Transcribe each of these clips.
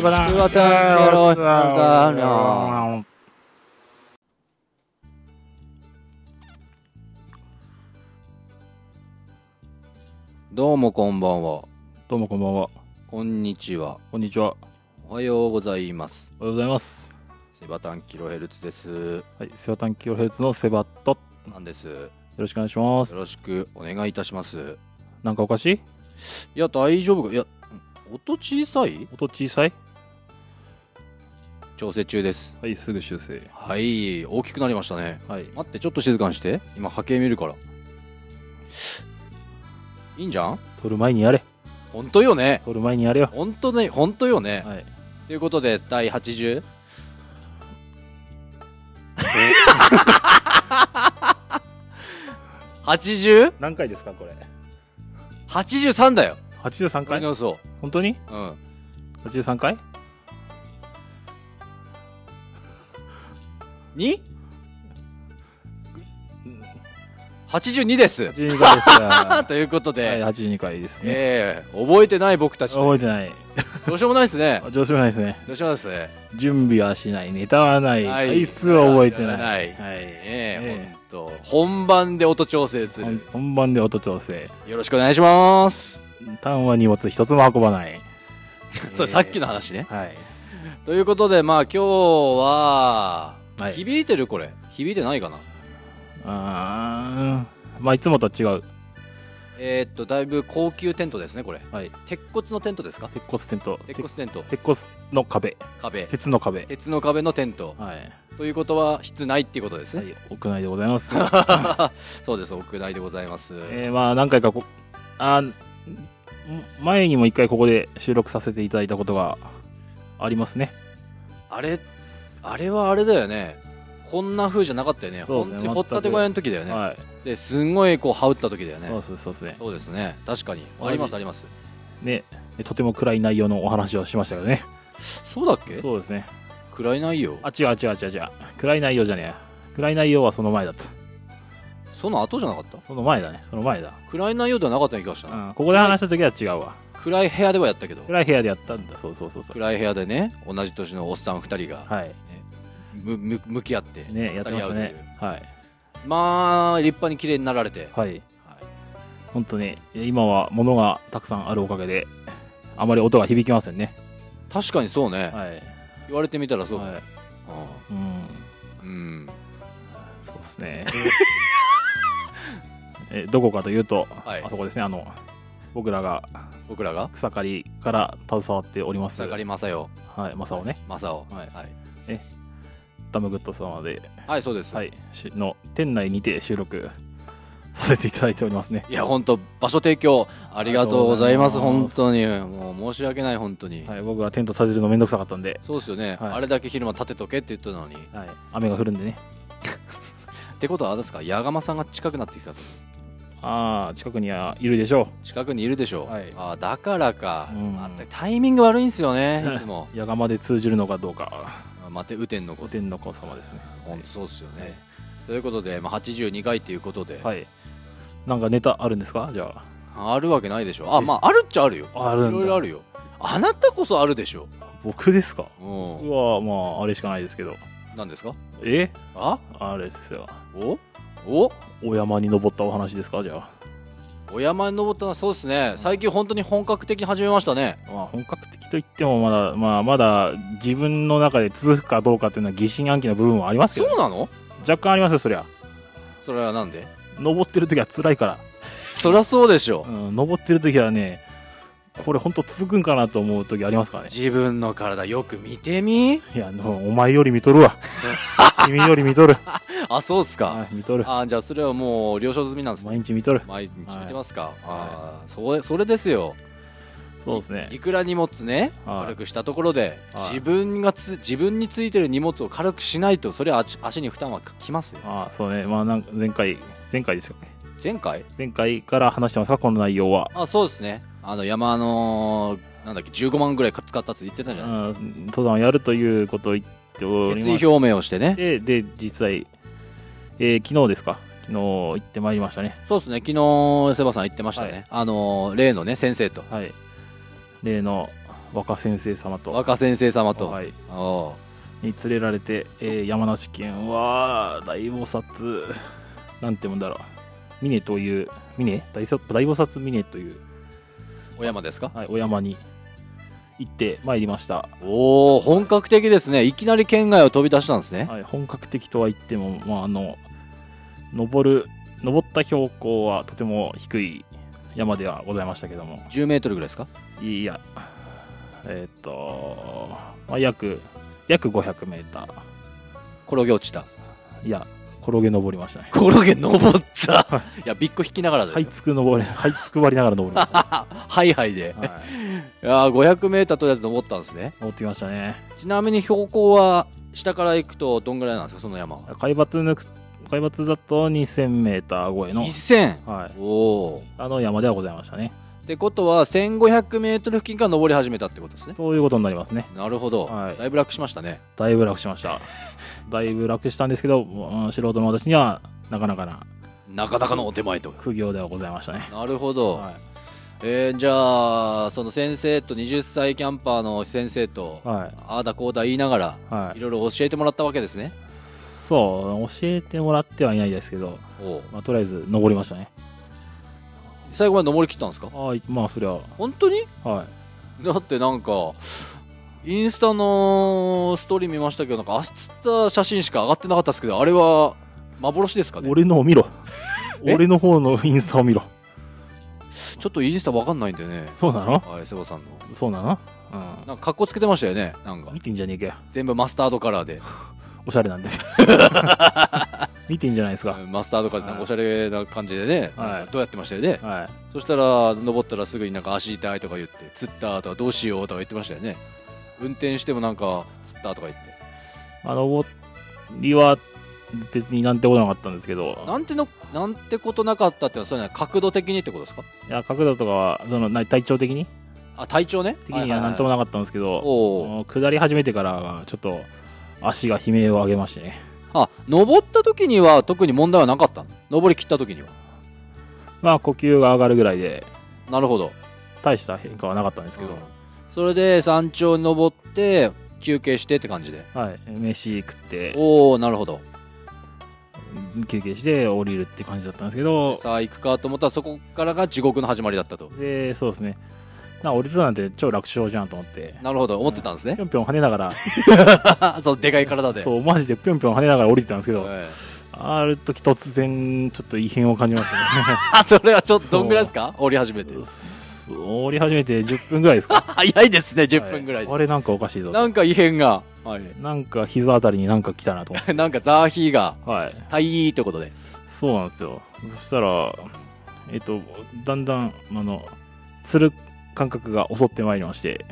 sebentar. Sebentar. どうもこんばんは。どうもこんばんは。こんにちは。こんにちは。おはようございます。おはようございます。セバタンキロヘルツです。はい、セバタンキロヘルツのセバット。よなんです。よろしくお願いします。ろしくお願いいたします。なんかおかしいいや、大丈夫かいや、音小さい音小さい調整中です。はい、すぐ修正。はい、大きくなりましたね。はい。待って、ちょっと静かにして。今、波形見るから。いいんじゃん撮る前にやれ。本当よね。撮る前にやれよ。本当ね、本当よね。はい。ということで、第 80? 80?83 何回ですか、これ。だよ。 83これ回の嘘。本当にうん。 ?83 回に ?82 です。 ?82 回 です。はということい、で、 82回ですね。ええ覚えてない僕たち。覚えてない。どうしようもないですね。上手ないですね。どうしようもないですね。準備はしない。ネタはない。はい回数は覚えてない。ないはい。えええほんと。本番で音調整す本る。本番で音調整。よろしくお願いします。単は荷物一つも運ばない。 それさっきの話ね。はい。ということで、まあ今日は、はい響いてるこれ。響いてないかなあーまあいつもとは違うえーっと、だいぶ高級テントですね、これ。はい鉄骨のテントですか鉄骨テント鉄骨テント。鉄骨の壁壁。鉄の壁鉄の壁のテント。はい、ということは、室内っていうことですはね。い、屋内でございますそうです、屋内でございます。えー、まあ何回かこあーん前にも一回ここで収録させていただいたことがありますねあれ、あれはあれだよね。こんな風じゃなかったよね。そうで本当すねに掘ったて小屋の時だよね。はいで、すんごいこう、羽織った時だよそうね。ですそうですねそうですね。確かに。同じあります、あります。ねでとても暗い内容のお話をしましたけどねそうだっけそうですね暗い内容。あ違う違う違う違う暗い内容じゃねえや暗い内容はその前だったその後じゃなかったその前だねその前だ、暗い内容ではなかったような気がしたうな。ん、ここで話した時は違うわ暗い部屋ではやったけど。暗い部屋でやったんだそうそうそうそう暗い部屋でね、同じ年のおっさん2人が。はいむむ向き合って、ねやってました語り合うねはいというまあ立派に綺麗になられて、はいはい本当ね今は物がたくさんあるおかげであまり音が響きませんね確かにそうね、はい言われてみたらそう、はだいうんうんそうですね えどこかというと、はいあそこですねあの僕らが僕らが草刈りから携わっております草刈正代はい正雄ね正雄はいはい、ダムグッド様で、はいそうです、、はいい、しの店内にて収録させていただいておりますねや本当場所提供ありがとうございますありがとうご本ざ当にもう申し訳ない本当に、はい僕はテント立てるのめんどくさかったんで、そうですよね、はいあれだけ昼間立てとけって言ったのにはい、雨が降るんでねってことはあれですか矢釜さんが近くなってきたとああ近くにはいるでしょ近くにいるでしょう、はいあだからか、うんまたタイミング悪いんですよ ねいつもう矢釜で通じるのかどうか待て雨天のこおと天の子様ですね本当そうですよね、ということで、まあ、82回ということで、はいなんかネタあるんですかじゃああるわけないでしょあまああるっちゃあるよああるんいろだいろあるよあなたこそあるでしょ僕ですかう僕んはまああれしかないですけど何ですかえああれですよおおお山に登ったお話ですかじゃあお山に登ったのはそうですね最近本当に本格的に始めましたねまあ本格的といってもまだまあまだ自分の中で続くかどうかっていうのは疑心暗鬼な部分はありますけそどうなの若干ありますよそりゃそれはなん で登ってる時は辛いから、そりゃそうでしょうん、登ってる時はねこれ本当続くんかなと思う時ありますからね自分の体よく見てみいやあのお前より見と るわ君より見とるあそうっすかあ見とるあじゃあそれはもう了承済みなんですね毎日見とる毎日見てますか、ああそれそれですよそうですねいくら荷物ね、はい軽くしたところで、はい自分がつ自分についてる荷物を軽くしないとそれは足足に負担はきますよああそうねまあなんか前回前回ですよね前回前回から話してますかこの内容はあそうですねあの山のなんだっけ15万ぐらい使ったって言ってたじゃないでうん登山をやるということを言っておりすかま決意表明をしてねでで実際、えー昨日ですか昨日行ってまいりましたねそうですね昨日セバさん言ってましたね、はいあの例のね先生とはい例の若先生様と若先生様と、はい、おうに連れられて、えー山梨県は大菩薩なんてもんだろう峰という峰大菩大菩薩峰という、お山ですかはい、お山に行ってまいりました、おお本格的ですねいきなり県外を飛び出したんですね、はい、本格的とは言っても、まあ、あの登る登った標高はとても低い山ではございましたけども10メートルぐらいですかいやえーっ、と、まあ、約約 500m 転げ落ちたいや転げ登りましたね転げ登った いやびっこ引きながらですはいよ、つく登りはいつくばりながら登りましたはいはいで、はい、 い、やー 500m とりあえず登ったんですね登ってきましたねちなみに標高は下から行くとどんぐらいなんですかその山は海抜抜く海抜だと 2000m 超えの、 1000はい、おおあの山ではございましたねってことは 1500m 付近から登り始めたってことですねそういうことになりますねなるほど、はいだいぶ楽しましたねだいぶ楽しました だいぶ楽したんですけど、うん素人の私にはなかなかななかなかのお手前と苦行ではございましたねなるほど、はえーじゃあその先生と20歳キャンパーの先生と、いはいああだこうだ言いながらはいいろいろ教えてもらったわけですねそう教えてもらってはいないですけど、おうまあ、とりあえず登りましたね最後まで登り切ったんですかはいまあそりゃ本当にはいだってなんかインスタのストーリー見ましたけどなんかあつった写真しか上がってなかったですけどあれは幻ですかね俺のを見ろ え俺の方のインスタを見ろちょっとインスタわかんないんでねそうなのはいセバさんのそうなのなんか格好つけてましたよねなんうかん見てんじゃねえかよ全部マスタードカラーでおしゃれなんで すよ見てんじゃないですかマスタードカラーでなんかはいおしゃれな感じでね、はいなんかどうやってましたよね、はいそしたら登ったらすぐになんか足痛いとか言って釣ったとかどうしようとか言ってましたよね運転してもなんか釣ったとか言ってまあ、登りは別になんてことなかったんですけど、なんてのなんてことなかったってのはそれは角度的にってことですかいや角度とかはそのな体調的にあ体調ね的にはなんともななかったんですけど、おーもう下り始めてからはちょっと足が悲鳴を上げましてね、あ登った時には特に問題はなかったの登り切った時にはまあ呼吸が上がるぐらいで、なるほど大した変化はなかったんですけど、それで山頂に登って休憩してって感じではい、飯食って、おおなるほど休憩して降りるって感じだったんですけど、さあ行くかと思ったらそこからが地獄の始まりだったとで、そうですね、な降りるなんて超楽勝じゃんと思って、なるほど思ってたんですねぴょんぴょん跳ねなが ら、そうでかい体でそう、マジでぴょんぴょん跳ねながら降りてたんですけど、ええある時突然、ちょっと異変を感じましたね。あ それはちょっとそうどんぐらいですか降り始めて降り始めて10分ぐらいですか 早いですね10分ぐらいで、はいあれなんかおかしいぞなんか異変が、はなんか膝あたりになんか来たなと思っい、 なんかザーヒーがてはい大意ということでそうなんですよそしたらえっとだんだんあのつる感覚が襲ってまいり まして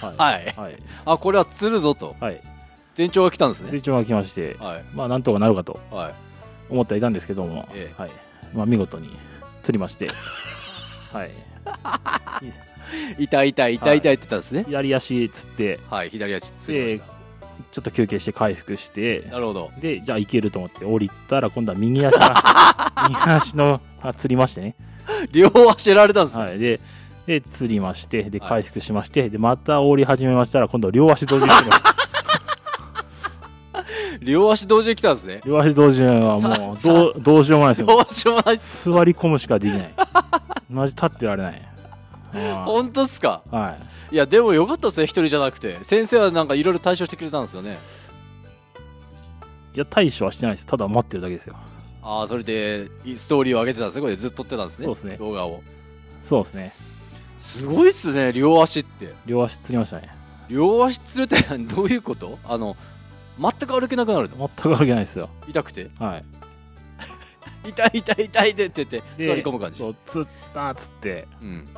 ははいいはいあこれは釣るぞとはい前兆が来たんですね成長が来ましてはいまあなんとかなるかとはい思ってはいたんですけども、えはいまあ、見事に釣りまして はい痛い痛い痛い痛いって言ってたんですね左足釣ってはい、左足ついましちょっと休憩して回復してたなるほどで、じゃあ行けると思って降りたら、今度は右 足が、右足の、あ、釣りましてね。両足やられたんですね、はい。で、で、釣りまして、で、はい回復しまして、で、また降り始めましたら、今度は両足同時に来 てました。両足同時に来たんですね両足同時にはもう、さどう、どうしようもないですどよ。うしようもないっす座り込むしかできない。マジ立ってられない。は本当っすかいはいやでもよかったですね一人じゃなくて先生はなんかいろいろ対処してくれたんですよねい。いや、対処はしてないです。ただ待ってるだけですよ。ああそれでいストーリーを上げてたんですねこれずっと撮ってたんですねそうですね動画をそうですね。すごいっすね両足って両足釣りましたね。両足つるってどういうことあの全く歩けなくなるの全く歩けないですよ。痛くてはい。痛い痛い痛いでって言ってで座り込む感じ、そうう、釣ったっつって、ん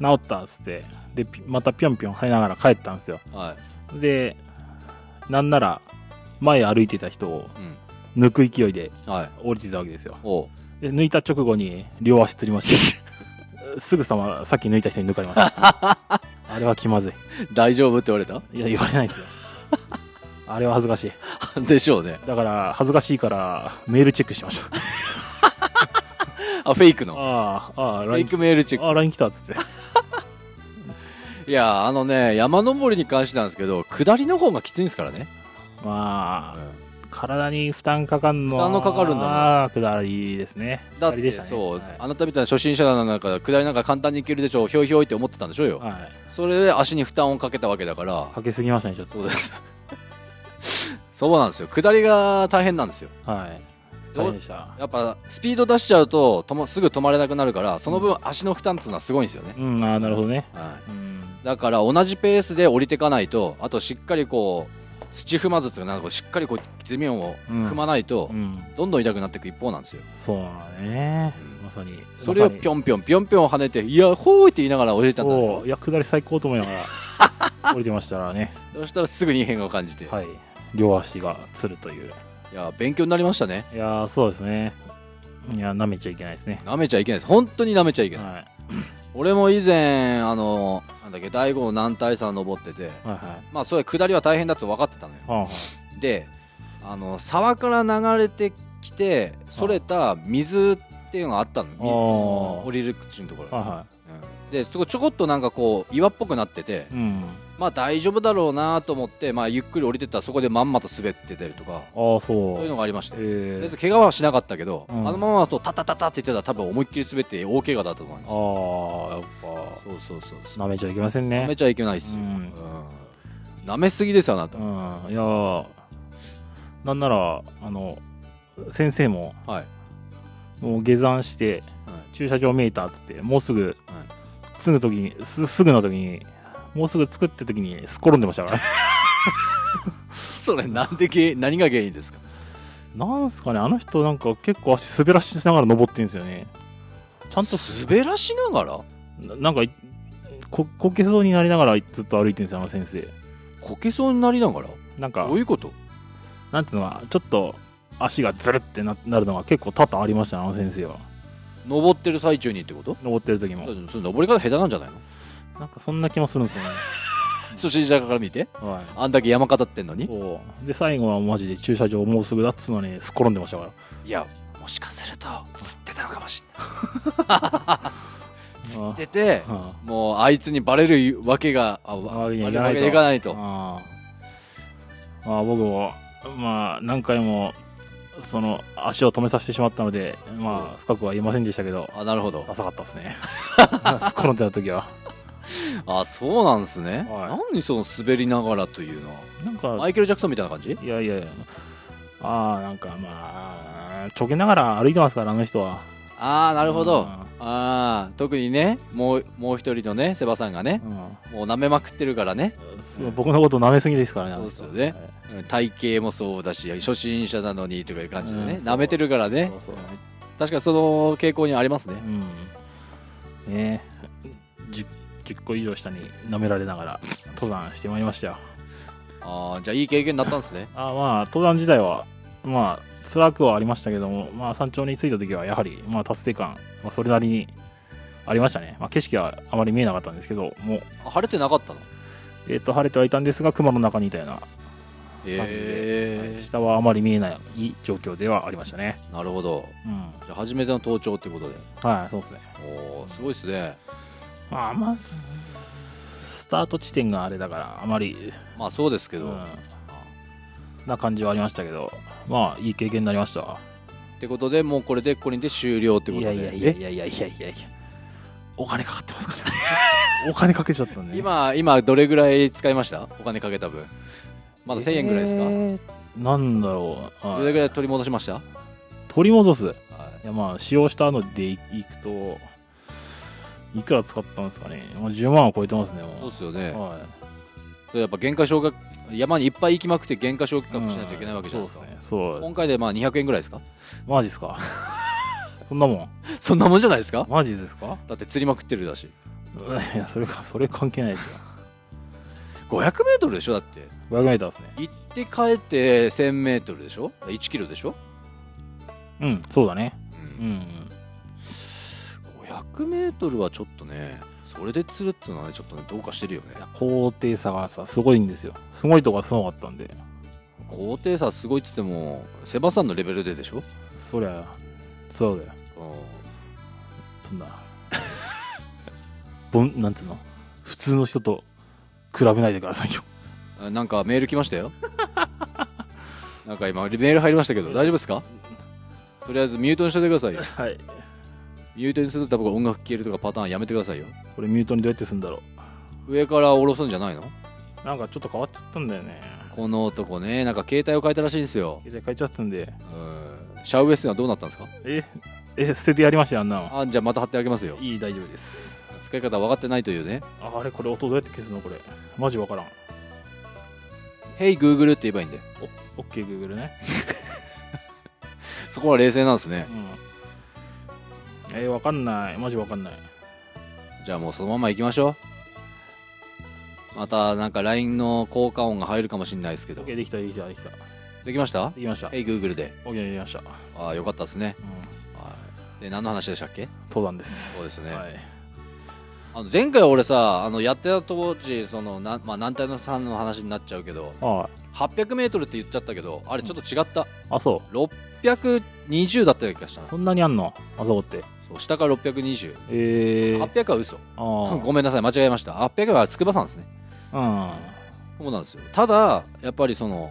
治ったっつって、で、ピまたぴょんぴょん跳ねながら帰ったんですよ。はいで、なんなら、前歩いてた人をう抜く勢いでんはい降りてたわけですよ。おうで、抜いた直後に両足つりました。 すぐさま、さっき抜いた人に抜かれ ました。あれは気まず大丈夫って言われたい。いや、言われないですよ。あれは恥ずかしい。 でしょうねだから、恥ずかしいから、メールチェックし ました。あフェイクのああ、あフあ、ェイ LINE クメールチェックああ、LINE 来たっつって。いや、あのね、山登りに関してなんですけど、下りの方がきついんですからね。まあ、うん体に負担かかんの負担のかかるんだねああ、下りですね。だっ下りでて、したね。そう、はいあなたみたいな初心者なんか、下りなんか簡単にいけるでしょう、ひょいひょいって思ってたんでしょうよ。はそれで足に負担をかけたわけだからい。、かけすぎましたね、ちょっと。そうです。そうなんですよ。下りが大変なんですよ。はい。どう大変でした。やっぱ、スピード出しちゃうと、ともすぐ止まれなくなるから、その分足の負担っていうのはすごいんですよね。うん、ああ、なるほどね。はうんい。。だから、同じペースで降りていかないと、あとしっかりこう、土踏まずっていうか、なんかこうしっかりこう、地面を踏まないとう、ん、どんどん痛くなっていく一方なんですよ。そうだね。うんまさに。それをぴょんんぴょんぴょんぴょん跳ねて、いや、ほーいって言いながら降りてたんだおよういや、下り最高と思いなが ら、降りてましたからね。そしたらすぐに異変を感じて。はい。両足がつるという。いや、勉強になりましたね。いやー、そうですね。いや、舐めちゃいけないですね。舐めちゃいけないです。本当に舐めちゃいけない。は俺も以前、あの、なんだっけ、第五南大山登ってて、い。はいはい。まあ、それ下りは大変だって分かってたのよ。はあはで、あの、沢から流れてきて、それた水っていうのがあったの。水の降りる口のとこあ。ろ。はうんで、そこちょこっとなんかこう、岩っぽくなってていはい。、うん。まあ大丈夫だろうなと思って、まあゆっくり降りてったらそこでまんまと滑ってたりとか、ああ、そう。そういうのがありまして。とりあええず怪我はしなかったけど、うんあのままだとタタタタって言ってたら多分思いっきり滑って大怪我だと思いー、ます。ああ、やっぱ、そうそうそうそう。舐めちゃいけません舐めね。ちゃいけないですよ。ううんん舐めすぎですよ、あなたうん。。いやーなんなら、あの、先生も、はい。もう下山して、はい駐車場見えたっつって、もうすぐ、はいすぐ時に、すすぐの時に、もうすぐ作って時にすっ転んでましたからね。 それなんでげ何が原因ですかなんすかね、あの人なんか結構足滑らしながら登ってんですよね。ちゃんと滑らしながらななんかいこ、こけそうになりながらずっと歩いてるんですよ、あの先生。こけそうになりながらなんかどう、いうことなんていうのかな、ちょっと足がずるってななるのが結構多々ありましたね、あの先生は。登ってる最中にってこと登ってる時も。その登り方下手なんじゃないの なんかそんな気もするんですよね。初心者から見てはあんだけ山語ってんのい。にそうで、最後はマジで駐車場もうすぐだっつうのにすっ転んでましたから。いやもしかすると釣ってたのかもしれない釣っててはもうあいつにバレるわけがああわいいやわいけかないとがいかないとああまあ僕もまあ何回もその足を止めさせてしまったのでまあ深くは言いませんでしたけどあなるほど浅かったです ねすっ転んでた時はあそうなんですねは何その滑りながらというのはなんかマイケル・ジャクソンみたいな感じいやいやいやああなんかまあちょけながら歩いてますからあの人はああななるほどああ特にねもうもう一人のねセバさんがねもう舐めまくってるからねそう僕のこと舐めすぎですからねあの人そうっすよねはいうん体型もそうだし初心者なのにとかいう感じでねうんそう舐めてるからねそうそう確かにその傾向にありますねうんね十 10, 個以上下に舐められながら登山してまいりましたよああじゃあいい経験になったんですねあまあ登山時代はまあ辛くはありましたけども、まあ、山頂に着いた時はやはり、まあ、達成感、まあ、それなりにありましたね、まあ、景色はあまり見えなかったんですけどもう、あ晴れてなかったのえー、と晴れてはいたんですが熊の中にいたような感じで、へはい下はあまり見えない状況ではありましたねえなるほどうんじゃあ初めての登頂ってことではいそうですねおおすごいですねまあまずスタート地点があれだからあまり、まあそうですけうど、んあ、な感じはありましたけどまあいい経験になりましたってことでもうこれでこれで終了ってこいとやでいやいやいえやいやいやいやいやお金かかってますからね お金かけちゃったんでね今今どれぐらい使いましたお金かけた分まだ1000円ぐらいですか、えーなんだろう、はいどれぐらい取り戻しました、は取り戻すいい、やまあ使用したのでいいくといくら使ったんですかねもう10万は超えてますねそもうですよね、うはいそれやっぱ減価償却山にいっぱい行きまくって減価償却しないといけないわけじゃないですか、うんそうですね今回でまあ200円ぐらいですかそうマジです かそんなもんそんなもんじゃないですかマジですかだって釣りまくってるだしいやそれかそれ関係ないですよ 500m でしょだって500メーターですね行って帰って 1000m でしょ1キロでしょ、うんそうだねううんんうん、 500m はちょっとねそれで釣るっていうのはねちょっとねどうかしてるよね高低差がさすごいんですよすごいとこがすごかったんで高低差すごいっつってもセバさんのレベルででしょ、そりゃそうだようん そんなぼんなんつうの普通の人と比べないでくださいよ。あなんかメール来ましたよなんか今メール入りましたけど大丈夫ですかとりあえずミュートにしといてくださいよはい。ミュートにすると多分音楽消えるとかパターンやめてくださいよこれミュートにどうやってするんだろ上から下ろすんじゃないのう。なんかちょっと変わっちゃったんだよね。この男ねなんか携帯を変えたらしいんですよ携帯変えちゃったんで。うんシャウエッセンはどうなったんですかえ、え、捨ててやりましたよ、あんなの。あじゃあまた貼ってあげますよいい、大丈夫です。使い方分かってないというねああれ、これ音どうやって消すのこれ。マジわからん。 「Hey Google」って言えばいいんでオッケー Google ね。そこは冷静なんですねうん。えー、わかんない。マジわかんない。じゃあもうそのまま行きましょうまたなんか LINE の効果音が入るかもしれないですけオどッケーできた、できた、できた。でできましたきました。 ?Hey Google でオッケーできました。うん。ああよかったですねはいで何の話でしたっけ登山です。そうですねはい。あの前回俺さあのやってた当時そのな、まあ、南体のさんの話になっちゃうけどあ 800m って言っちゃったけどあれちょっと違った、あ、あ、そ620だったような気がしたう。なそんなにあんのあそこって。そう下から620、えー、 800は嘘あごめんなさい間違えました800は筑波山ですねあ。うん。そうなんですよただやっぱりその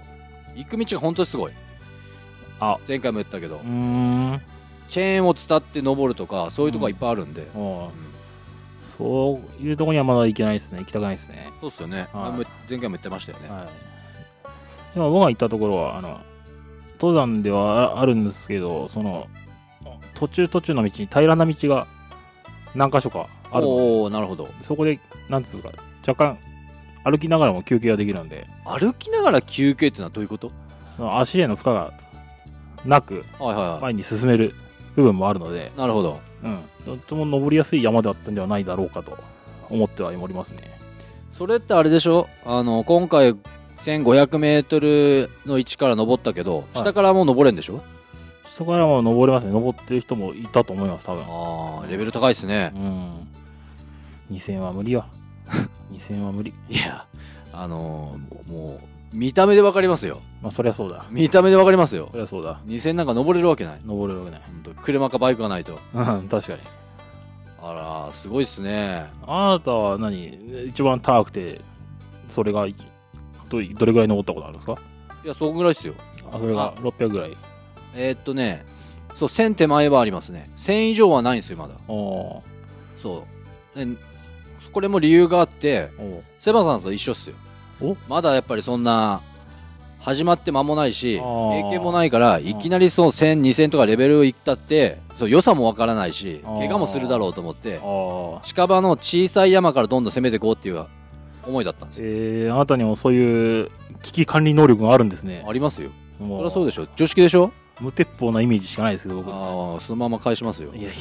行く道が本当にすごいあ前回も言ったけど、うーん。チェーンを伝って登るとかそういうとこがいっぱいあるんで、おううんそういうとこにはまだ行けないですね。行きたくないですね。そうっすよね、はいあもう前回も言ってましたよね、はい。でも僕が行ったところは、あの、登山ではああるんですけど、その、途中途中の道に平らな道が何箇所かあるのおおなるほどそこで、なんつうか、若干歩きながらも休憩ができるんで、歩きながら休憩ってのはどういうことその足への負荷がなく、はいはいはい、前に進める部分もあるので、なるほどうん、とっても登りやすい山だったんではないだろうかと思ってはおりますね。それってあれでしょあの今回 1500m の位置から登ったけどはい下からもう登れんでしょ、そこからも登れますね。登ってる人もいたと思います、多分。ああレベル高いですね、うん。2000は無理よ。2000は無理。いやあのーもうもう見た目でわかりますよまあ、そりゃそうだ。見た目でわかりますよそりゃそうだ。 2000なんか登れるわけない登るわけない。ほんと車かバイクがないとうん、確かに。あらーすごいっすねあなたは何一番高くて、それがいど、どれぐらい登ったことあるんですかいやそんぐらいっすよあ、それがあ600ぐらい。えー、っとねそう1000手前はありますね1000以上はないんですよまだおおそうでこれも理由があってーおセバさんと一緒っすよおまだやっぱりそんな始まって間もないしあー経験もないからいきなりそう1000、2000とかレベルをいったってそう良さもわからないしあー怪我もするだろうと思ってーああ。近場の小さい山からどんどん攻めていこうっていう思いだったんですよえー、あなたにもそういう危機管理能力があるんですね。ありますよもそうりゃそうでしょ常識でしょ無鉄砲なイメージしかないですけど、僕。ああそのまま返しますよいやい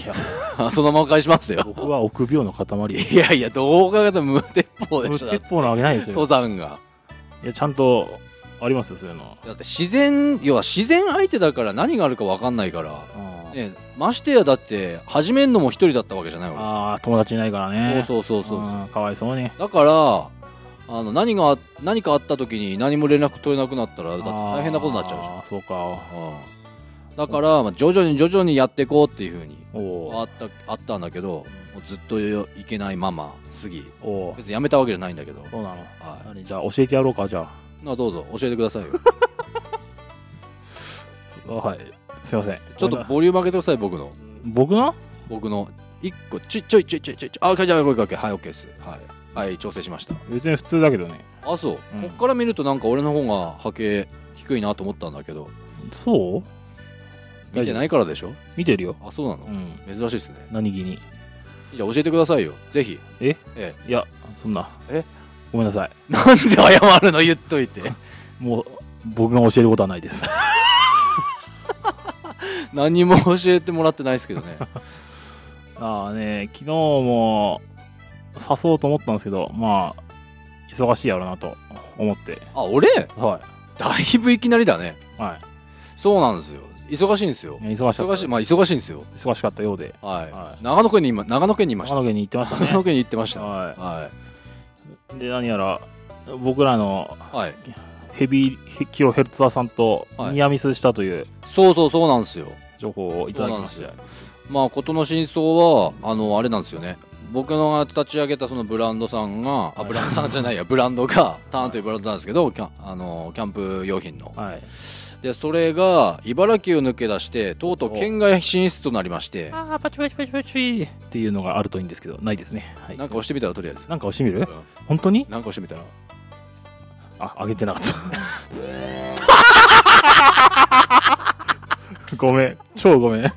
や、 そのまま返しますよ僕は臆病 の塊。いやいやどう考えても無鉄砲で無しょだっ鉄て砲なわけないですよ登。山がいや、ちゃんとありますよ、そういうの。だって自然要は自然相手だから何があるか分かんないからあーね、ましてやだって始めんのも一人だったわけじゃないわあー、友達いないからね。そうそうそうそううんかわいそうに。だからあの何が何かあった時に何も連絡取れなくなったらだって大変なことになっちゃうでしょあーそうか。うんだから、まあ、徐々に徐々にやっていこうっていうふうにおあおったあったんだけどもうずっといけないまま過ぎおお別にやめたわけじゃないんだけど、そうなの。は何じゃあ、教えてやろうか、じゃい、まあどうぞ教えてください よあ。はい。すいません。ちょっとごめんなボリューム上げてください僕の僕の僕の一個ちょいちょいちょいちょいちょいあじゃあ OK はい OK ですはい、はい、調整しました別に普通だけどね。あそう、うんこっから見るとなんか俺の方が波形低いなと思ったんだけどそう見てないいからでしょ見てるよ。あそうなのう、ん。珍しいですね何気に。じゃあ教えてくださいよぜひええいや、そんな。えごめんなさい。えなんで謝るの言っといて もう、僕が教えることはない です。何も教えてもらってないですけどねああね、昨日も誘おうと思ったんですけど、まあ、忙しいやろうなと思って。あ俺はだいぶいきなりだねい。はい。そうなんですよ忙しいんですよいや忙しかった。忙しいまあ忙しいんですよ忙しかったようで。はい、はい長野県に今長野県にいました長野県に行ってました長野ね。県に行ってましたははいい。で、何やら、僕らのはいヘビーキロヘルツァーさんとはいニアミスしたというそうそうそうなんですよ情報をいただきまして、そうまあ事の真相はあのあれなんですよね僕の立ち上げたそのブランドさんが、あ、ブランドさんじゃない や、ブランドが、ターンというブランドなんですけど、キャンあのキャンプ用品の。はい。で、それが、茨城を抜け出して、とうとう県外進出となりまして、ああ、パチパチパチパチっていうのがあるといいんですけど、ないですね。はい。なんか押してみたらとりあえず。なんか押してみうんる本当になんか押してみたら。あ、あげてなかった。 ごめん。超ごめん。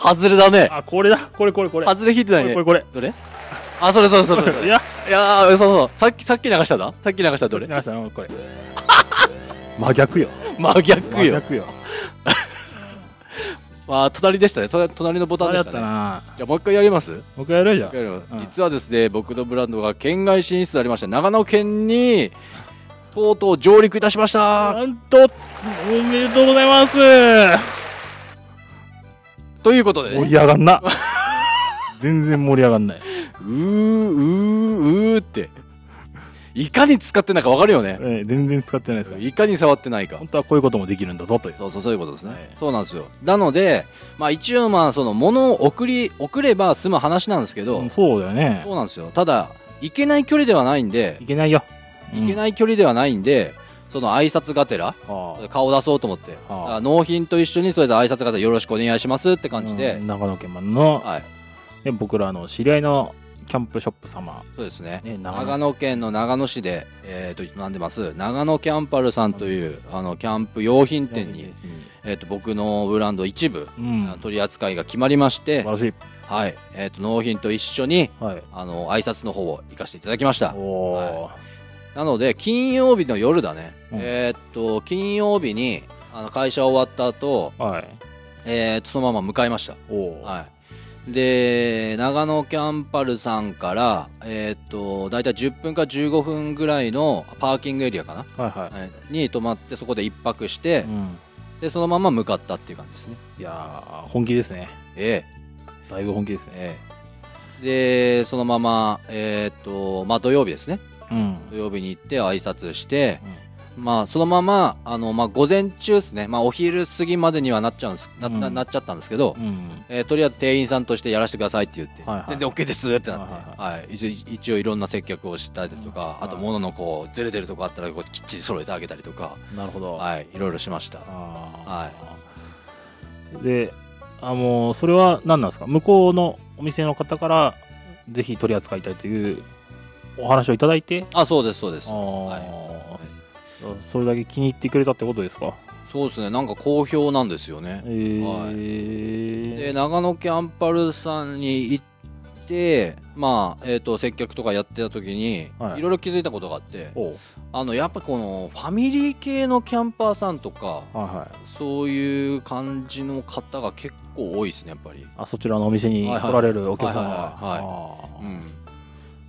外れだね。あ、これだ。これこれこれ。外れ引いてこないれねこれ。こどれれあ、それそれそれそれ。 いや、いやー、そうそう。さっき、さっき流したださっき流したどれ皆さん、これ。真逆よ。真逆真よ。逆よ。まあ、隣でしたね。と隣のボタンあでれやしったたね。な。じゃあもう一回やりますもう一回やるじゃん。うん実はですね、僕のブランドが県外進出となりまして、長野県に、とうとう上陸いたしましたなんと、おめでとうございます。ということで盛ね、り上がんな。全然盛り上がんない。うー、うー、うーって、いかに使ってないかわかるよね。ええ全然使ってないですから。いかに触ってないか本。当はこういうこともできるんだぞという。そうそう、そういうことですね。はいそうなんですよ。なので、まあ一応まあ、その、物を送り、送れば済む話なんですけど、うんそうだよ ねそ。うなんですよ。ただ、行けない距離ではないんでい、けないよ。行けい。ない距離ではないんで、その挨拶がてら、ああ顔出そうと思って、ああだから納品と一緒にとりあえず挨拶がてらよろしくお願いしますって感じうでん、長野県までの、はい、ね僕らの知り合いのキャンプショップ様、そうですね。ね、長長野野県の長野市で、えー、と、営んでます、長野キャンパルさんという、あの、キャンプ用品店に、えっ、と、僕のブランド一部、うん、取り扱いが決まりまし素て晴、らしい。はい、えっ、と、納品と一緒に、はい。あの、挨拶の方を行かせていただきました。おー、なので、金曜日の夜だね。うんえーっと、金曜日に、あの、会社終わった後、はい。えーっと、そのまま向かいました。おー、はい。で、長野キャンパルさんから、えーっと、だいたい10分か15分ぐらいのパーキングエリアかな、はいはい。はいに泊まって、そこで一泊して、うん、で、そのまま向かったっていう感じですね。いやー本気ですね。えだいぶ本気ですえね。ええで、そのまま、えーっと、まあ、土曜日ですね。うん。土曜日に行って挨拶して、まあ、そのまま、あの、まあ、午前中ですね。まあ、お昼過ぎまでにはなっちゃうんです、な、なうんなっちゃったんですけど、うん。うんえーとりあえず店員さんとしてやらせてくださいって言って、はいはい全然 OK ですってなって、ははい一応、一応いろんな接客をしたりとか、うあんと物のこう、ずれてるとこあったらこうきっちり揃えてあげたりとか、なるほど。はい、いろいろしました。あーで、あもうそれは何なんですか向こうのお店の方からぜひ取り扱いたいというお話をいただいて、あ、そうです、そうです。あーはいそれだけ気に入ってくれたってことですかそうですね、なんか好評なんですよねえ。ーで、長野キャンパルさんに行って、まあ、えっ、と、接客とかやってた時に、はいいろいろ気づいたことがあって、おうあのやっぱこのファミリー系のキャンパーさんとかはいはいそういう感じの方が結構多いですねやっぱり、あそちらのお店に来られるお客様はいはいはいはうん、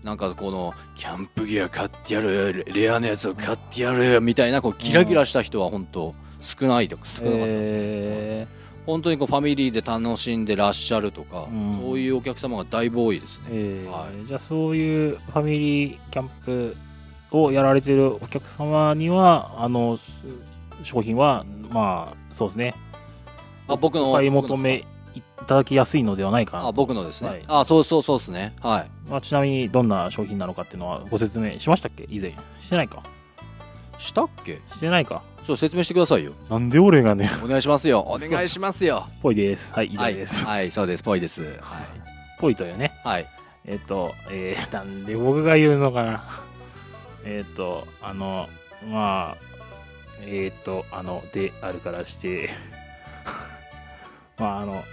なんかこのキャンプギア買ってやるレレアなやつを買ってやるみたいなこうキラキラした人は本当少ないと少なかったですね、え本当にこうファミリーで楽しんでらっしゃるとか、うんそういうお客様がだいぶ多いですね、えーはいじゃあそういうファミリーキャンプをやられてるお客様にはあのし商品はまあそうですねあ僕のお買い求めいただきやすいのではないかなあ僕のですね、はいあそうそうそうですねはいまあ、ちなみにどんな商品なのかっていうのはご説明しましたっけ以前してないかしたっけちょしてないかっと説明してくださいよなんで俺がねお願いしますよお願いしますよ ぽいですはい以上です、はい、はい、そうです、ぽいです。はい。ぽいというねはい。えっ、と、えー、 なんで僕が言うのかな。えっ、と、あの、まあ、えっ、と、あの、であるからして、 まあ、あの、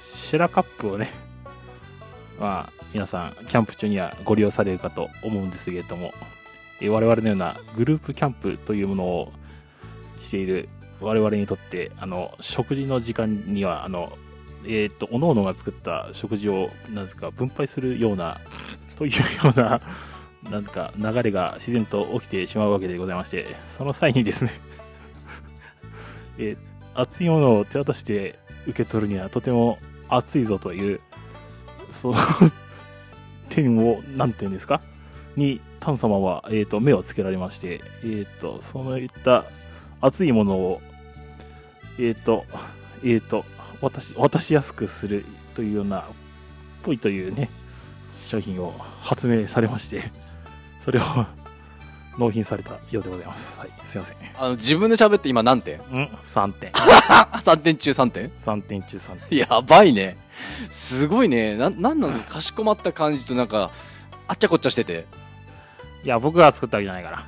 シェラカップをね、まあ、皆さん、キャンプ中にはご利用されるかと思うんですけれども、えー我々のようなグループキャンプというものをしている我々にとって、あの、食事の時間には、あの、えー、と、おのおのが作った食事を、なんですか、分配するような、というような、なんか、流れが自然と起きてしまうわけでございまして、その際にですね、 えー熱いものを手渡して受け取るには、とても熱いぞという、その点を、なんていうんですか、に、タン様は、えー、と、目をつけられまして、えー、と、そういった熱いものを、えー、と、えー、と、渡し渡しやすくするというようなぽいというね、商品を発明されまして、それを納品されたようでございます。はい、すいません。あの自分で喋って今何点 うん ?3 点。あ ?3 点中3点 3点中3点。やばいね。すごいね。な、なんなんです かかしこまった感じとなんか、あっちゃこっちゃしてて。 いや、僕が作ったわけじゃないか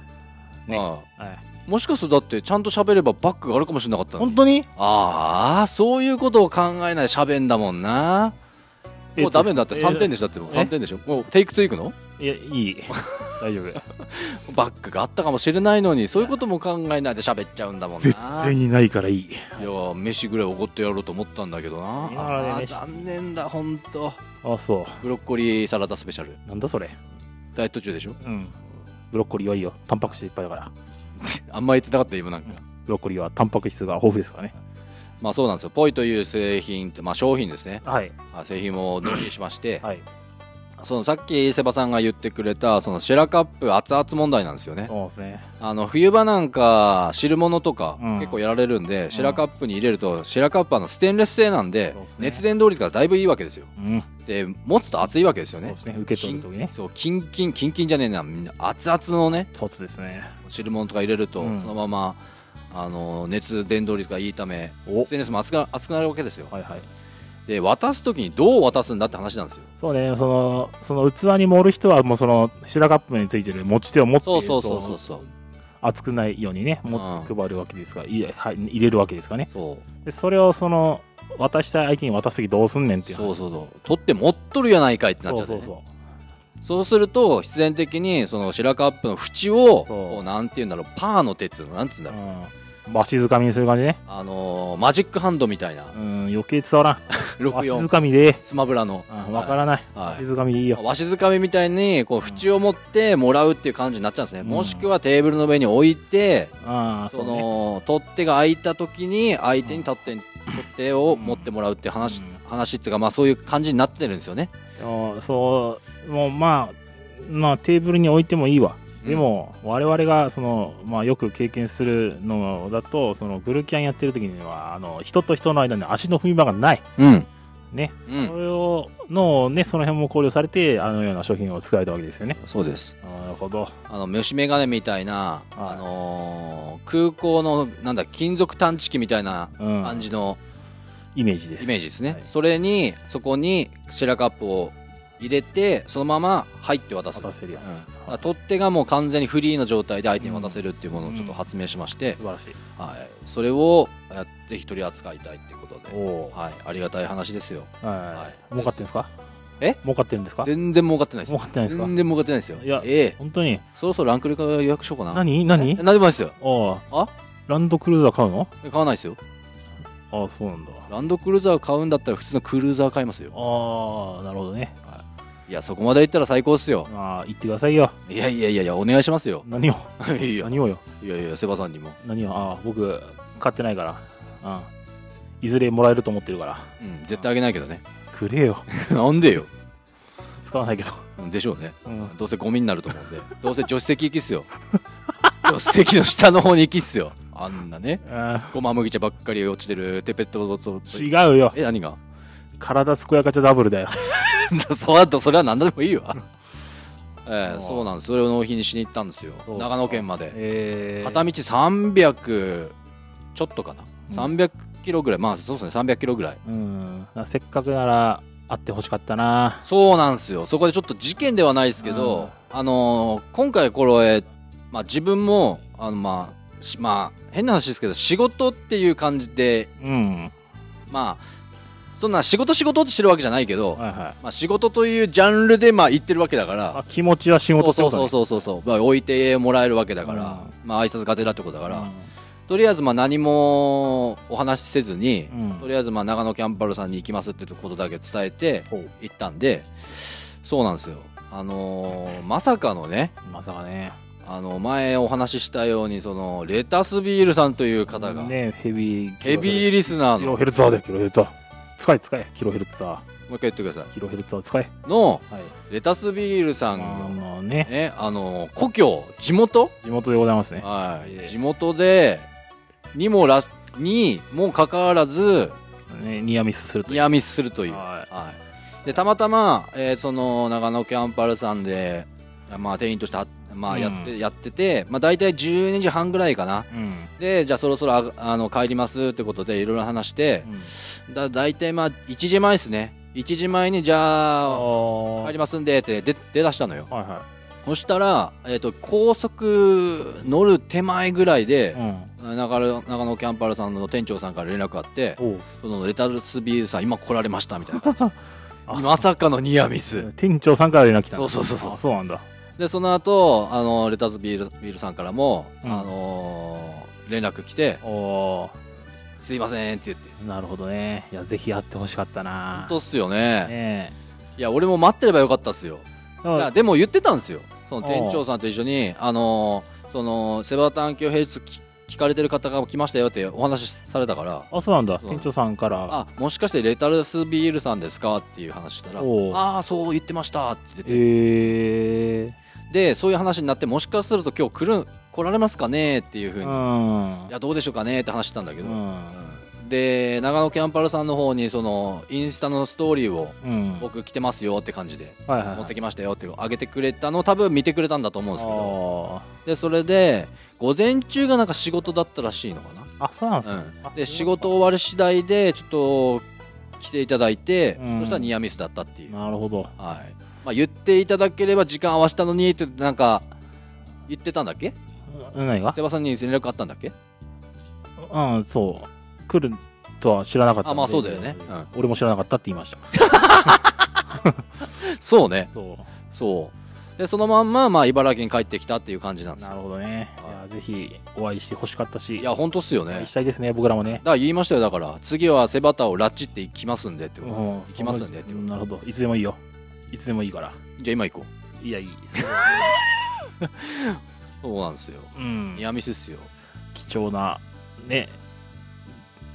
ねああら。はい、もしかするとだってちゃんと喋ればバックがあるかもしれなかったのに本当にああ、そういうことを考えないで喋んだもんな。もうダメだって3点ででしょだってもうえ3点でしょもうテイク2いくのいや、いい。大丈 夫。バックがあったかもしれないのにそういうことも考えないで喋っちゃうんだもんな絶対にないからいい。いやー飯ぐらいおごってやろうと思ったんだけどな今まであー飯残念だほんとあ、そブロッコリーサラダスペシャルう。なんだそれ。ダイエット中でしょうん。ブロッコリーはいいよ。タンパク質いっぱいだから。あんま言ってなかった今なんかブロッコリーはタンパク質が豊富ですからね。まあそうなんですよポイという製品ってまあ商品ですねはい。あ製品を納品しまして、はい。そのさっきセバさんが言ってくれたそのシェラカップ熱々問題なんですよねそうですね。あの冬場なんか汁物とかうん結構やられるんで、シェラカップに入れるとシェラカップはあのステンレス製なんでそうですね熱伝導率がだいぶいいわけですようん。で持つと熱いわけですよそうねですね。受け取るときね。そうキンキンキンキンじゃねえなみんな熱々のね卒ですね。汁物とか入れると、うんそのままあの熱伝導率がいいためおステンレスも熱くな熱くなるわけですよはいはい。で渡す時にどう渡すんだって話なんですよそうね、その、その器に盛る人は、もうその、白カップについてる持ち手を持ってそうそうそうそうそう熱くないようにね、持って配るわけですが、いえはい入れるわけですかね。そうで、それをその、渡したい相手に渡すときどうすんねんっていう話。そうそうそう取って持っとるやないかいってなっちゃそっうて、そねうそう。そうすると必然的にその白カップの縁をそうこうなんて言うんだろうパーの鉄のなんつうんだろう、うん。わしづかみにする感じね。あのーマジックハンドみたい なうん、余計伝わらん。わしづ64かみで。スマブラの、うんわからない。はいわしづかみでいいよ。わしづかみみたいにこう縁を持ってもらうっていう感じになっちゃうんですね、うんもしくはテーブルの上に置いてああ、そそうね。の取っ手が開いた時に相手に取っ手取っ手を持ってもらうっていう話、うん話っていうかまあそういう感じになってるんですよねでもそう、もうまあ、まあテーブルに置いてもいいわ。でも、我々がその、まあ、よく経験するのだとそのグルキャンやってる時にはあの人と人の間に足の踏み場がない、うんねうんそれをの、ね、その辺も考慮されてあのような商品を作られたわけですよね。そうですなるほど。あの虫眼鏡みたいな、はいあのー空港のなんだ金属探知機みたいなうん、感じのイメージです。イメージですね、はいそれにそこにシェラカップを入れてそのまま入って渡す渡せるやんうんだから取っ手がもう完全にフリーの状態で相手に渡せるっていうものをちょっと発明しまして、素晴らしい。はい、それをやって一人扱いたいってことで、おお、はい、ありがたい話ですよはいはい儲かってるんですかえ儲かってるんですか全然儲かってないです儲よかってないですか全然儲かってないですよいやええ本当にそろそろランクルから予約しようかな何何何でもないですよああランドクルーザー買うの買わないですよああ、そうなんだ。ランドクルーザー買うんだったら普通のクルーザー買いますよああ、なるほどね。いやそこまで行ったら最高っすよああ、言ってくださいよ。いやいやいやいやお願いしますよ何を、 いや何をよ。いやいやセバさんにも何を、ああ、僕、買ってないから。うん。いずれもらえると思ってるから。うん絶対あげないけどね くれよ。なんでよ使わないけど。でしょうねうん。どうせゴミになると思うんでどうせ助手席行きっすよ 助手席の下の方に行きっすよあんなねあごま麦茶ばっかり落ちてるテペットボトー違うよ。え何が 体健やかちゃダブルだよ。そうだとそれは何でもいい わえあーえそうなんですそれを納品しに行ったんですよそう長野県までえー、片道300ちょっとかなうん300キロぐらいまあそうですね300キロぐらいうん。せっかくなら、会ってほしかったな。そうなんですよそこでちょっと事件ではないですけどあのー今回これ、まあ、自分もあのまあしまあ変な話ですけど仕事っていう感じでうん。まあそんな仕事仕事ってしてるわけじゃないけど、はいはい。まあ、仕事というジャンルでまあ言ってるわけだからあ、気持ちは仕そ事うってそこうとそねうそうそうそう、まあ、置いてもらえるわけだから、うまあ挨拶がてらってことだから、うんとりあえずまあ何もお話しせずに、うんとりあえずまあ長野キャンパルさんに行きますってことだけ伝えてほう行ったんでそうなんですよあのーまさかのねまさかね。あの前お話ししたようにそのレタスビールさんという方が、ねヘビー。ヘビーリスナーキのもロうヘルツァーだよ、キロヘルツァー。使え、使え、キロヘルツァー。一回言ってくださキロヘルツァー使え。いのはい。レタスビールさあんの、のね、ね、あの故郷地元、地元でございますね。はいええ地元でにもらにもかかわらずねニアミスするといニう。アミスするという、ははいでたまたま、えーその長野キャンパルさんで、まあ、店員としては、まあやってうんやってて、まあ、大体12時半ぐらいかなうん。でじゃあそろそろああの帰りますってことでいろいろ話して、だ大体まあ1時前ですね1時前にじゃああ帰りまますんでって出出だしたのよはいはそしたら、えー、と高速乗る手前ぐらいでい。、うん。長野長野キャンパルさんの店長さんから連絡あっておうそのレタルスビールさん今来られましたみたいな感じ あまさかのニアミス店長さんから連絡来たそうそうそうそうあそうなんだ。でその後あのレタスビールビールさんからも、うんあのー連絡来てお「すいません」って言ってーなるほどね。いや、ぜひやってほしかった本な。当っすよねねいや俺も待ってればよかったっすよえ。だかいらやでも言ってたんですよその店長さんと一緒にあのーそのセバ探求平日き聞かれてる方が来ましたよってお話しされたからあ、そうなんだ。そう店長さんから。あもしかしてレタルスビールさんですかっていう話したらおうああそう言ってましたって言ってて、ええ。でそういう話になってもしかすると今日来る来られますかねっていうふううに、んい。やどうでしょうかねって話したんだけうど、ん。で長野キャンパルさんの方にそのインスタのストーリーをうん。僕来てますよって感じではいはいはい。持ってきましたよって上げてくれたのを多分見てくれたんだと思うんですけどあでそれで午前中がなんか仕事だったらしいのかーあ、そうなんですな、か。うん、あで仕事終わる次第でちょっと来ていただいて、うんそしたらニアミスだったっていう、なるほど。はいまあ、言っていただければ時間合わせたのにってなんか言ってたんだっけうん何が瀬場さんに連絡あったんだっけうん、そう。来るとは知らなかったんであまあそうだよね、うん、俺も知らなかったって言いました。そうねそう。そうでそのまんま、まあ、茨城に帰ってきたっていう感じなんですなよるほどね。いはや、ぜひお会いしてほしかったし、いや本当っすよねお会いしたいですね、僕らもねだ。から言いましたよだから次はセバタを拉致って行きますんでってうこと、ん、行きますんでっそてこうとなるほど。いつでもいいよ。いつでもいいから。じゃあ今行こ いや、いい。うそうなんですようんニ。アミスっすよ貴重な、ね、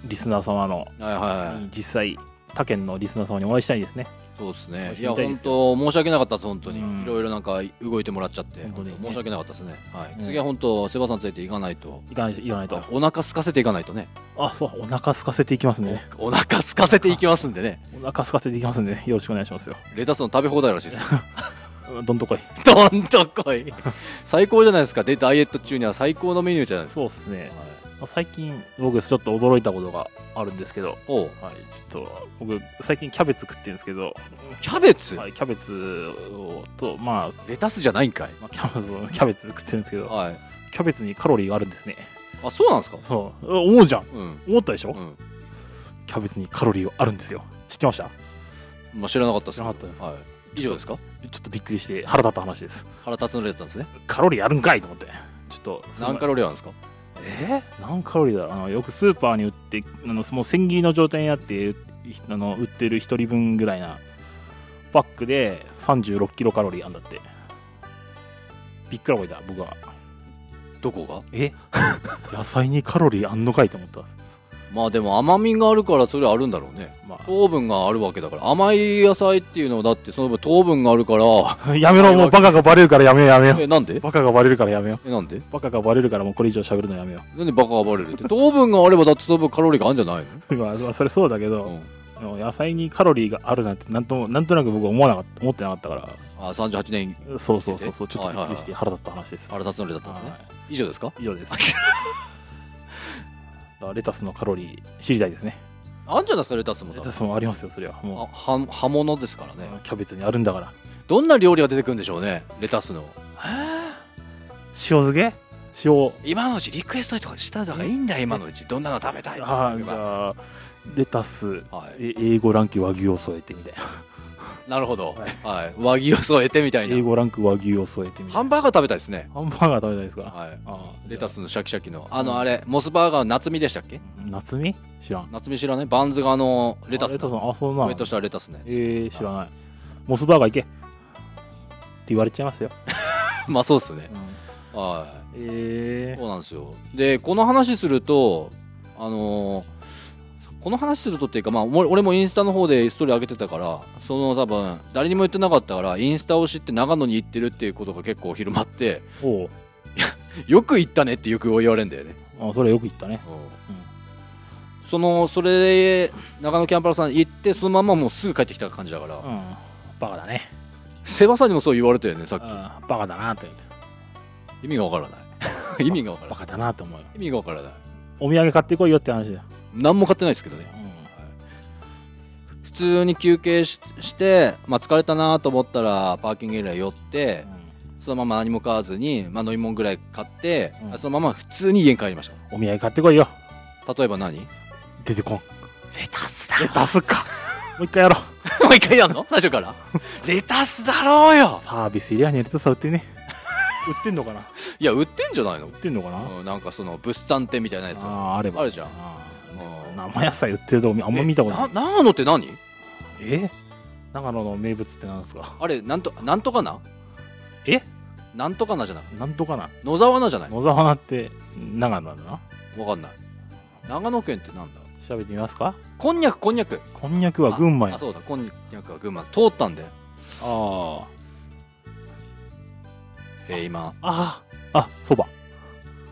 リスナー様の、はいはい、はい、実際、他県のリスナー様にお会いしたいですね。そうですねい知やりたいで本す当申し訳なかったです本当に、うんいろいろなんか動いてもらっちゃって本当にね申し訳なかったですね、はいうん次は本当セバさん連れて行かないといかないと、いかないと。お腹空かせていかないとねあ、そう、お腹空かせていきますね。お腹空かせていきますんでねお腹空かせていきますんでね、よろしくお願いしますよ。レタスの食べ放題らしいですうんどんとこい。 どんとこい最高じゃないですかでダイエット中には最高のメニューじゃないですそうですねか、。まあ最近、僕、ちょっと驚いたことがあるんですけど、おうはい、ちょっと、僕、最近キャベツ食ってるんですけど、キャベツ、はい、キャベツをと、まあ、レタスじゃないんかいまあキャベツを キャベツ食ってるんですけど、はいキャベツにカロリーがあるんですね。あそうなんですかそう。思うじゃん。うん、思ったでしょ、うんキャベツにカロリーがあるんですよ。知ってましたまあ、知らなかったです知らなかったですはい、以上ですかちょっとびっくりして腹立った話です。腹立つのレタスですねカロリーあるんかいと思って。ちょっと。何カロリーあるんですかえー何カロリーだろうあのよくスーパーに売ってあのもう千切りの状態になってひあの売ってる1人分ぐらいなパックで36キロカロリーあんだってびっくらこいだ僕はどこがえ野菜にカロリーあんのかいと思ったんですまあでも甘みがあるからそれあるんだろうねま糖分があるわけだから甘い野菜っていうのはだってその分糖分があるから あやめろもうバカがバレるからやめようやめようえなんでバカがバレるからやめようえなんでバカがバレるからもうこれ以上喋るのやめよなんでバカがバレるって 糖分があればだってその分カロリーがあるんじゃないうまあまあそれそうだけの、うど、ん、でも野菜にカロリーがあるなんてなんともなんとなく僕は思わなかった思ってなかったかあ38年らそうそうそうそうえちょっとびっくりして腹立った話です腹立つのレタスですねはい以上ですか以上です レタスのカロリー知りたいですねあんじゃないですかレタスもレタスもありますよそれはあもは葉物ですからうねキャベツにあるんだからどんな料理が出てくるんでしょうねレタスの塩漬け塩今のうちリクエストとかした方がいいんだよ今のうちどんなの食べたいああじゃあレタスはい、え英語ランク和牛を添えてみたいななるほど、ははい、和牛を添えてみたい英な語ランク和牛を添えてみたハンいなバーガー食べたいですね、ハンバーガー食べたいですかはい、ああレタススのシャキシャキのあのうんあれモスバーガーの夏美でしたっけ夏み知らん夏美知らないバンズがあのレタあレスタスののあそうなウのエットしたレタスのやつ、ええ知らないモスバーガー行けって言われちゃいますよ、 まあそうっすねはえいそうなんですよでこの話するとあのーこの話するとっていうか、まあ、もう俺もインスタの方でストーリー上げてたからその多分誰にも言ってなかったからインスタを知って長野に行ってるっていうことが結構広まっておうよく行ったねってよく言われるんだよねあそれよく言ったね、うんうんそのそれで中野キャンパラさん行ってそのままもうすぐ帰ってきた感じだから、うんバカだねセバさんにもそう言われたよねさうっんバカだなと言ってき意味がわからない 意味がわからバないカだなと思うよ意味がわからないお土産買ってこいよって話だよ、何も買ってないですけどね普通に休憩しして、まあ、疲れたなと思ったらパーキングエリア寄ってそのまま何も買わずに、まあ、飲み物ぐらい買って、うんあそのまま普通に家に帰りましうんお土産買ってこいよた例えば何も出てこんレタスだレタ スかもう一回やろうう一回やんの最初 からレタスだろうよサービスエリアにレタスは売って ね売ってんのかな売いや売ってんじゃないのってんのかな、うんなんかその物産展みたいなやつあがああればあるじゃんうん生野菜売ってるとこあんま見たことないえ長野って何え長野の名物って何ですかあれなんとなんとかなえなんとかなじゃないなんとかな野沢菜じゃない野沢菜って長野だなわかんない長野県ってなんだ調べてみますかこんにゃくこんにゃくこんにゃくは群馬あやそうだこんにゃくは群馬通ったんで、あえー今あああそば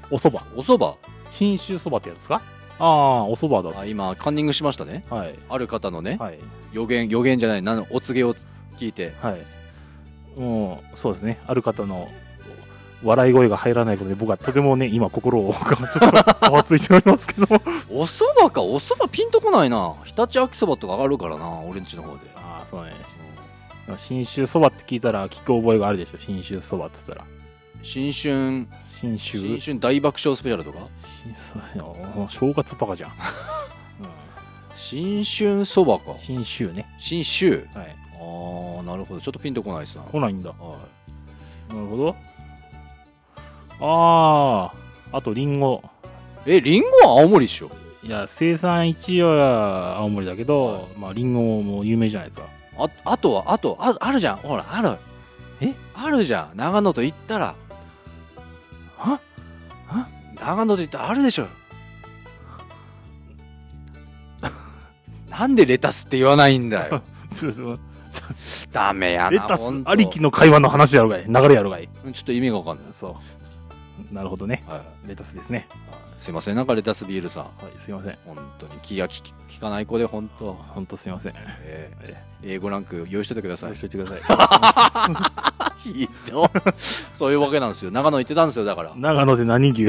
おそばおそば信州そばってやつですかああおそばだあ今カンニングしましたねはいある方のね、はい予言予言じゃないなんお告げを聞いてはいもうそうですねある方の笑い声が入らないことで僕はとてもね今心をちょっとざわついておりますけどもおそばかおそばピンとこないな日立秋そばとかあるからな俺んちの方で ああそうね信州そばって聞いたら聞く覚えがあるでしょ信州そばって言ったら新春信州新春大爆笑スペシャルとか新そうですよもう正月バカじゃん、う新春そばかん、新州ね新州はいああなるほどちょっとピンとこないですな来ないんだはなるほどあああとリンゴいえリンゴは青森っしょいや生産一位は青森だけど、はいまあリンゴも有名じゃないですか ああとはあとああるじゃんほらあるえあるじゃん長野と言ったらはは長野と言ったらあるでしょ なんでレタスって言わないんだよそうそう ダメやなレタスほんとありきの会話の話やろがい流れやろがいちょっと意味が分かんないです、そうなるほどねはい、レタスですねすいませんなんかレタスビールさんはいすいません本当に気が利き利かない子で本 当、ほんとすいませんえええー、英語ランク用意しといてくださいしといてくださ いひどい そういうわけなんですよ長野行ってたんですよだから 長野で何牛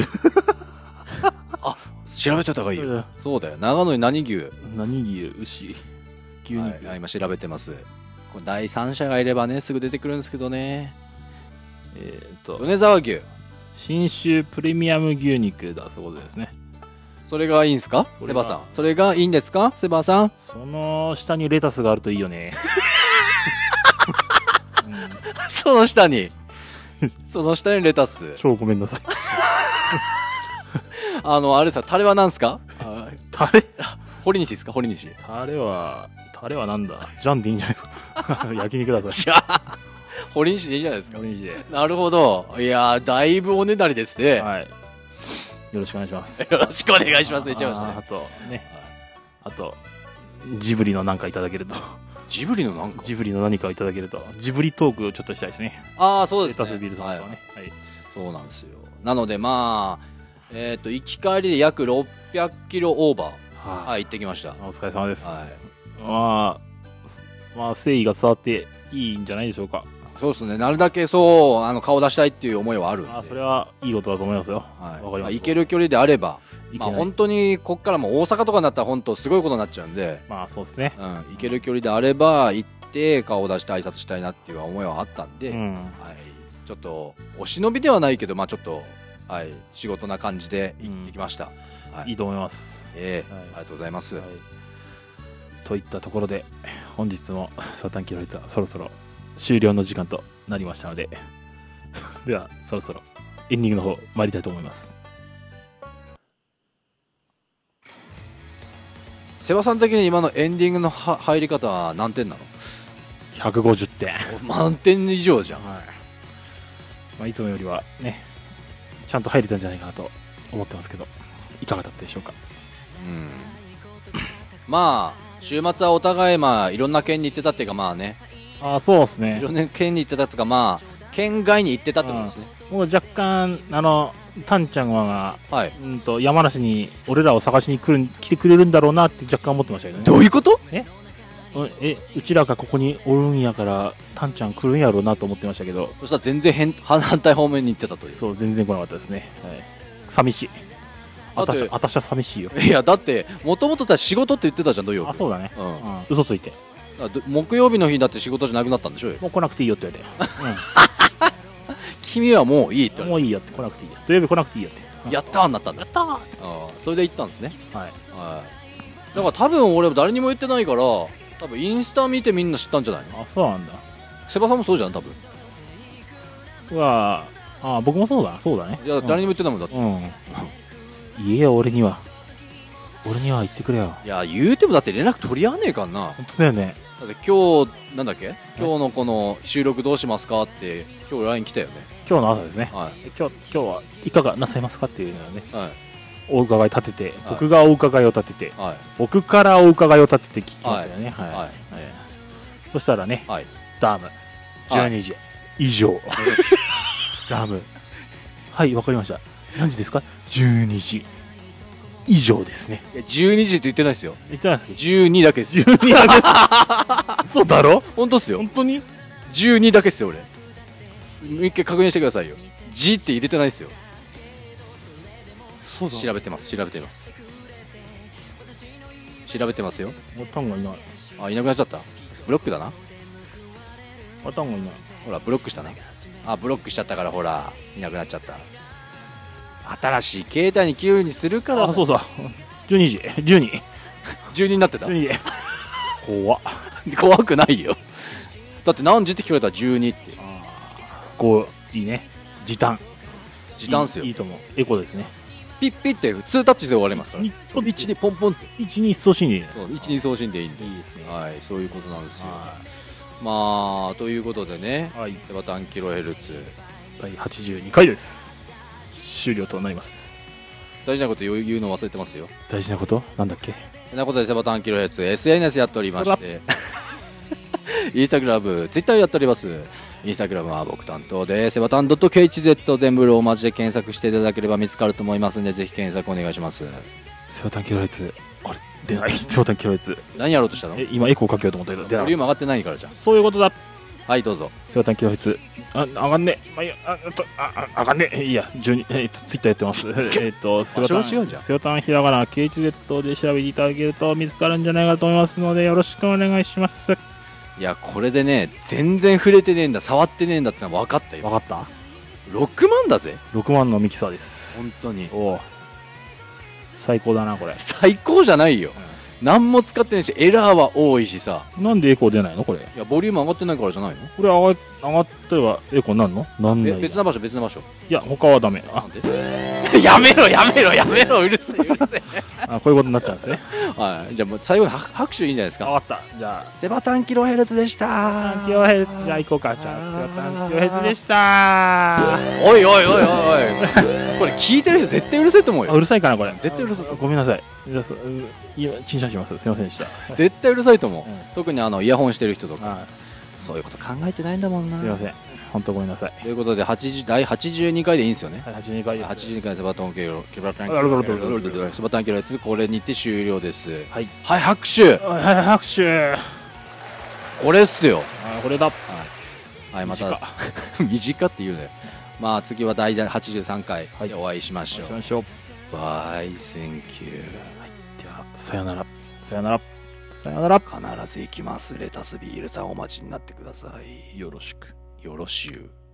調べといた方がいいよそうだよ長野に何牛 何牛牛牛肉、はいはい今調べてますこれ第三者がいればねすぐ出てくるんですけどねえっと米沢牛信州プレミアム牛肉だそうですねそれがいいんすかそセれがバさんそれがいいんですかセバさ んその下にレタスがあるといいよ ね、うんその下にその下にレタ ス超ごめんなさいあのあれさタレは何すかあタレ堀西ですか堀 西タレはタレはなんだジャンでいいんじゃないですか 焼肉ださいじゃあ堀西でいいじゃないですかオレンジでなるほどいやーだいぶおねだりですね、はいよろしくお願いしますよろしくお願いしますね一山さんあーあねとねあとジブリの何かいただけるとジブリのなんか ジブリの何かをいただけるとジブリトークをちょっとしたいですねああそうレです、ね、タスビールさんとはかいね、はいそうなんですよなのでまあえっ、と行き帰りで約600キロオーバーははい行ってきましたはいい、お疲れ様です、まあ、すまあ、誠意が伝わっていいんじゃないでしょうか。そうですねなるだけそうあの顔出したいっていう思いはあるんであそれはいいことだと思いますよ。はいわかりままあす。行ける距離であればいけまなあい本当にこっからもう大阪とかになったら本当すごいことになっちゃうんで、まあ、そうですね。うん、行ける距離であれば行って顔を出して挨拶したいなっていう思いはあったんで、うん。はい、ちょっとお忍びではないけどまあちょっと、はい、仕事な感じで行ってきました、はいいいと思います。ええはいありがとうございます、はい。といったところで、本日もサタンキロリツはそろそろ終了の時間となりましたので、 では、そろそろエンディングの方参りたいと思います。セバさん的に今のエンディングのは入り方は何点なの150点。お満点以上じゃんはい。まあ、いつもよりはね、ちゃんと入れたんじゃないかなと思ってますけど、いかがだったでしょうか。うんまあ週末はお互いまあいろんな県に行ってたっていうかまあねあそうですねいろんな県に行ってたっていうかまあ県外に行ってたってことですねもう若干あのタンちゃんは、はい。うんと、山梨に俺らを探しに来る、来てくれるんだろうなって若干思ってましたよね。どういうことうんえ、うちらがここにおるんやから、タンちゃん来るんやろうなと思ってましたけど、そしたら全然変 反反対方面に行ってたという。そう、全然来なかったですね。はい、寂しい。だあってたしゃ、あたしゃ寂しいよ。いや、だって、もともと仕事って言ってたじゃん、土曜日。あ、そうだね。うんうん。嘘ついて。だから木曜日の日だって仕事じゃなくなったんでしょうよもう来なくていいよって言われて。君はもういいってうん。言もわういいよって、来なくていいよ。土曜日来なくていいよって。れてやったーになったんだやったーっつっあーそれで行ったんですねてはい。はいだから多分俺誰にも言ってないから多分インスタ見てみんな知ったんじゃないのあ、そうなんだ。セバさんもそうじゃん多分うわああ、僕もそうだな、そうだね。いや誰にも言ってないもんだって、うん。うん言えよ、俺には。俺には言ってくれよ。いや言うてもだって連絡取り合わねえかんな本当だよね。だって今日なんだっけ今日のこの収録どうしますかって今日 LINE 来たよね今日の朝ですね。は今日、今日はいかがなさいますかっていうのはね、いはいお伺い立てて、僕がお伺いを立てて、はい僕からお伺いを立てて聞きましたよね。はい。はいええそしたらね、はいダム、は12時、以 上。ダム。はい、わかりました。何時ですか ?12 時。以上ですね。いや12時って言ってないですよ言ってないですけど、 12だけですよ12時です。そうだろ本当っすよ本当に12だけっすよ俺もう一回確認してくださいよ「G」って入れてないっすよそう調べてます調べてます調べてますよボタンがいない。あいなくなっちゃったブロックだなボタンがいない。ほらブロックしたなあブロックしちゃったからほらいなくなっちゃった新しい携帯に急にするからあ、そうそう。12時。12。 12になってた 12時。怖っ。怖くないよだって何時って聞かれたら12ってこう、いいね。時短。時短っすよいいいいと思う。エコですね。ピッピッて2タッチで終わりますからにそう1にポンポンって1、2、送信に。そう1に送信でいいんでいいですね。はいそういうことなんですよはまあということでねい。はい。セバタンキロヘルツ第82回です。終了となります。大事なこと言う言うの忘れてますよ大事なことなんだっけそんなことでセバタンキロヘルツ SNS やっておりましてインスタグラムツイッターやっておりますインスタグラムは僕担当でセバタン .khz 全部ローマ字で検索していただければ見つかると思いますんでぜひ検索お願いしますセオタンキロレツ。あれ出ない。セオタンキロレツ。何やろうとしたのボリえ、今エコーかけようと思ったけど、出なュームい。上がってないからじゃんそういうことだ。はいどうぞセオタンキロヘツ。あ、上がんねえ。まあ、いいや、あ、あと、あ、あ上がんねえ。いいや、12、えー、ツツイッターやってます。えっと、セオタン、場所が違うじゃんセオタンひらがな、KHZ で調べていただけると見つかるんじゃないかと思いますので、よろしくお願いします。わいやこれでね全然触れてねえんだ触ってねえんだってのは分かったよかった6万だぜ ?6 万のミキサーです。本当におう最高だな、これ。最高じゃないよ何も使ってないしエラーは多いしさなんでエコー出ないのこれ。いやボリューム上がってないからじゃないのこれ上が上がったらエコーなんのなんないえよ別な場所別な場所いや、他はダメ。なあん、でやめろやめろやめろうるせえうるせあこういうことになっちゃうんですね。えはいじゃあもう最後に拍拍手いいんじゃないですか わかった。じゃあ、セバタンキロヘルツでしたタンキロヘッズじゃあ行こうか。じゃあ、タンキロヘッズでしたおいおいおいおいおいこれ聞いてる人絶対うるせえと思うあうよるさいかなこれ絶対うるさいごめんなさいじゃあそうう今陳謝しますすいませんでした絶対うるさいと思う、うん特にあのイヤホンしてる人とかはそういうこと考えてないんだもんいなすいません本当ごめんなさいということで80第82回でいいんですよねはい82回です82回セバタンキロセバタンあるあるあるあるキロセバタンキロヘルツこれにて終了ですはいはい拍手はいはい拍手あこれっすよこれだはい、また短 短って言うねまあ次は第83回はいでお会いしまししょう、ましょうバイセンキュではさよならさよならさよならー必ず行きますレタスビールさんお待ちになってくださいよろしくよろしゅう